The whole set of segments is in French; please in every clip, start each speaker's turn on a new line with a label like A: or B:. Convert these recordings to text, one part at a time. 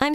A: I'm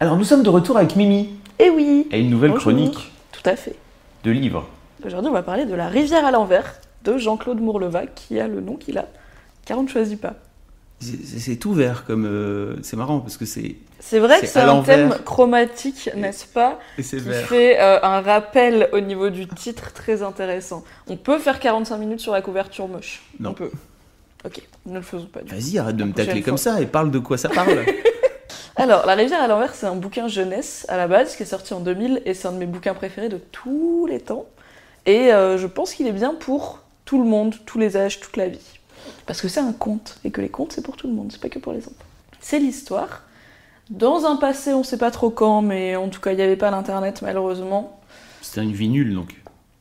B: Alors nous sommes de retour avec Mimi
C: Eh oui
B: et une nouvelle
C: Bonjour.
B: chronique
C: Tout à fait.
B: de livres.
C: Aujourd'hui, on va parler de La rivière à l'envers de Jean-Claude Mourleva, qui a le nom qu'il a, car on ne choisit pas.
D: C'est- C'est c'est tout vert comme. euh, c'est marrant parce que c'est.
C: C'est vrai
D: C'est
C: que c'est
D: à
C: un
D: l'envers.
C: thème chromatique, n'est-ce pas
D: et C'est
C: Qui
D: vert.
C: fait euh, un rappel au niveau du titre très intéressant. On peut faire 45 minutes sur la couverture moche.
D: Non.
C: On peut. Ok, ne le faisons pas du tout.
D: Vas-y, arrête de me
C: prochaine
D: tacler
C: fois.
D: comme ça et parle de quoi ça parle.
C: Alors, La rivière à l'envers, c'est un bouquin jeunesse à la base qui est sorti en 2000 et c'est un de mes bouquins préférés de tous les temps. Et euh, je pense qu'il est bien pour tout le monde, tous les âges, toute la vie. Parce que c'est un conte et que les contes, c'est pour tout le monde, c'est pas que pour les enfants. C'est l'histoire. Dans un passé, on sait pas trop quand, mais en tout cas, il n'y avait pas l'internet malheureusement.
D: C'était une vie nulle donc.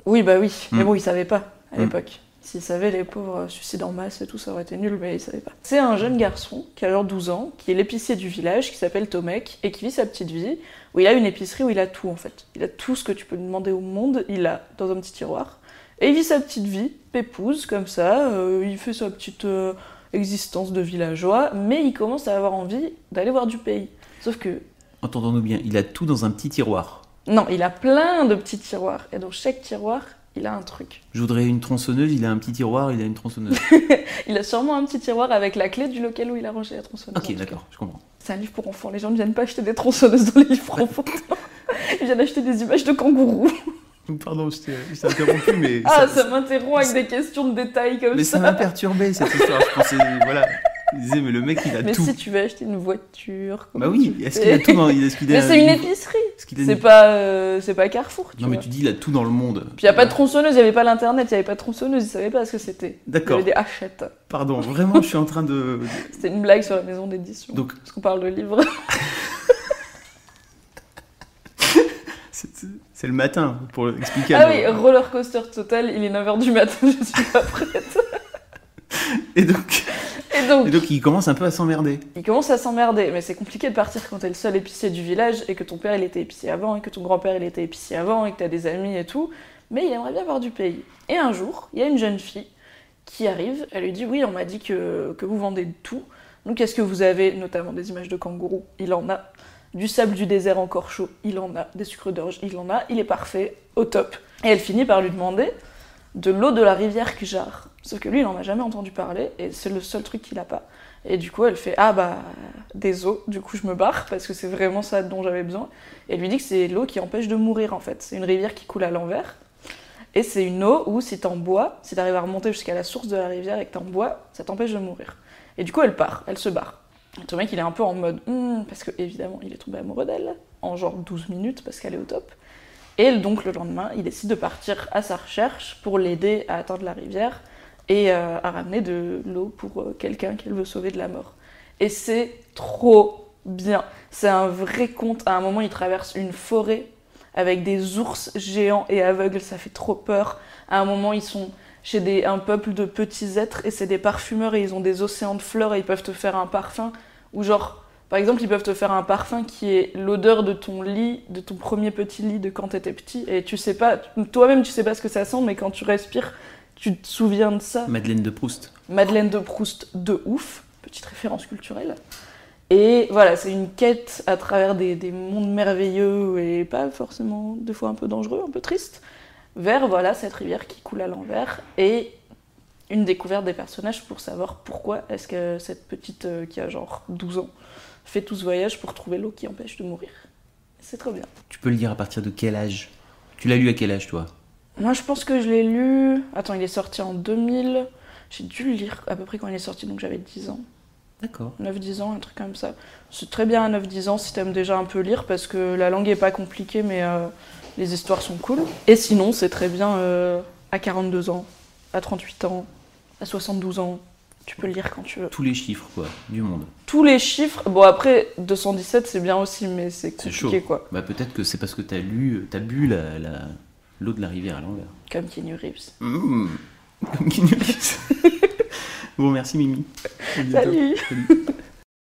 C: Oui, bah oui. Mais
D: Mm.
C: bon, ils savaient pas à
D: Mm.
C: l'époque. S'ils savaient, les pauvres euh, suicides en masse et tout, ça aurait été nul, mais ils savaient pas. C'est un jeune garçon qui a alors 12 ans, qui est l'épicier du village, qui s'appelle Tomek, et qui vit sa petite vie, où il a une épicerie où il a tout en fait. Il a tout ce que tu peux demander au monde, il l'a dans un petit tiroir. Et il vit sa petite vie, pépouse, comme ça, euh, il fait sa petite euh, existence de villageois, mais il commence à avoir envie d'aller voir du pays. Sauf que
D: Entendons-nous bien, il a tout dans un petit tiroir.
C: non, il a plein de petits tiroirs, et dans chaque tiroir, il a un truc.
D: Je voudrais une tronçonneuse, il a un petit tiroir, il a une tronçonneuse.
C: Il a sûrement un petit tiroir avec la clé du local où il a rangé la tronçonneuse. en
D: ok,
C: tout cas.
D: d'accord, je comprends.
C: C'est un livre pour enfants. Les gens ne viennent pas acheter des tronçonneuses dans les livres pour enfants. Ils viennent acheter des images de kangourous.
D: Pardon, je t'ai- je t'ai interrompu, mais.
C: Ah, ça m'interrompt avec des questions de détails comme
D: Mais ça
C: ça.
D: m'a perturbé cette histoire. Je pensais, voilà. Je disais, mais le mec, il a
C: Mais
D: tout.
C: si tu veux acheter une voiture. comment
D: Bah oui,
C: tu
D: est-ce
C: fais
D: qu'il a tout dans. Est-ce qu'il a
C: Mais c'est une
D: livre
C: épicerie.
D: Est-ce qu'il a
C: C'est
D: une-
C: pas, euh, c'est pas Carrefour. Tu
D: Non, mais
C: vois.
D: tu Ah. dis, il a tout dans le monde.
C: Puis il n'y a pas de tronçonneuse, il n'y avait pas l'internet, il n'y avait pas de tronçonneuse, ils ne savaient pas ce que c'était. Il y
D: D'accord,
C: avait des hachettes.
D: pardon, vraiment, je suis en train de.
C: C'était une blague sur la maison d'édition.
D: Donc,
C: Parce qu'on parle de livres.
D: c'est c'est le matin pour expliquer à
C: Ah
D: nos-
C: oui, roller coaster total, il est 9h du matin, je suis pas prête.
D: Et donc,
C: Et donc,
D: et donc, il commence un peu à s'emmerder.
C: Il commence à s'emmerder, mais c'est compliqué de partir quand t'es le seul épicier du village et que ton père il était épicier avant et que ton grand-père il était épicier avant et que t'as des amis et tout. Mais il aimerait bien voir du pays. Et un jour, il y a une jeune fille qui arrive. Elle lui dit oui, on m'a dit que, que vous vendez de tout. Donc est-ce que vous avez notamment des images de kangourous Il en a. Du sable du désert encore chaud, il en a. Des sucres d'orge, il en a. Il est parfait, au top. Et elle finit par lui demander de l'eau de la rivière qui jarre. Sauf que lui, il en a jamais entendu parler et c'est le seul truc qu'il a pas. Et du coup, elle fait Ah bah, des eaux, du coup, je me barre parce que c'est vraiment ça dont j'avais besoin. Et elle lui dit que c'est l'eau qui empêche de mourir en fait. C'est une rivière qui coule à l'envers. Et c'est une eau où si t'en bois, si t'arrives à remonter jusqu'à la source de la rivière et que t'en bois, ça t'empêche de mourir. Et du coup, elle part, elle se barre. Et ton mec, il est un peu en mode Hmm, parce que évidemment, il est tombé amoureux d'elle en genre 12 minutes parce qu'elle est au top. Et donc le lendemain, il décide de partir à sa recherche pour l'aider à atteindre la rivière et euh, à ramener de l'eau pour euh, quelqu'un qu'elle veut sauver de la mort. Et c'est trop bien. C'est un vrai conte. À un moment, il traverse une forêt avec des ours géants et aveugles. Ça fait trop peur. À un moment, ils sont chez des, un peuple de petits êtres et c'est des parfumeurs et ils ont des océans de fleurs et ils peuvent te faire un parfum. Ou genre, par exemple, ils peuvent te faire un parfum qui est l'odeur de ton lit, de ton premier petit lit de quand t'étais petit. Et tu sais pas, toi-même, tu sais pas ce que ça sent, mais quand tu respires, tu te souviens de ça.
D: Madeleine de Proust.
C: Madeleine de Proust de ouf, petite référence culturelle. Et voilà, c'est une quête à travers des, des mondes merveilleux et pas forcément des fois un peu dangereux, un peu triste, vers voilà cette rivière qui coule à l'envers et une découverte des personnages pour savoir pourquoi est-ce que cette petite euh, qui a genre 12 ans fait tout ce voyage pour trouver l'eau qui empêche de mourir. C'est trop bien.
D: Tu peux le dire à partir de quel âge Tu l'as lu à quel âge, toi
C: Moi, je pense que je l'ai lu. Attends, il est sorti en 2000. J'ai dû le lire à peu près quand il est sorti, donc j'avais 10 ans.
D: D'accord.
C: 9-10 ans, un truc comme ça. C'est très bien à 9-10 ans si t'aimes déjà un peu lire parce que la langue est pas compliquée mais euh, les histoires sont cool. Et sinon, c'est très bien euh, à 42 ans, à 38 ans, à 72 ans, Tu peux le lire quand tu veux.
E: Tous les chiffres, quoi, du monde.
C: Tous les chiffres, bon après 217 c'est bien aussi, mais c'est
E: C'est chaud.
C: compliqué quoi.
E: Bah, peut-être que c'est parce que t'as lu, t'as bu la, la- l'eau de la rivière à l'envers.
C: Comme Keanu Reeves.
E: Mmh. Comme Keanu Reeves. bon, merci Mimi. À bientôt.
C: Salut
E: Salut.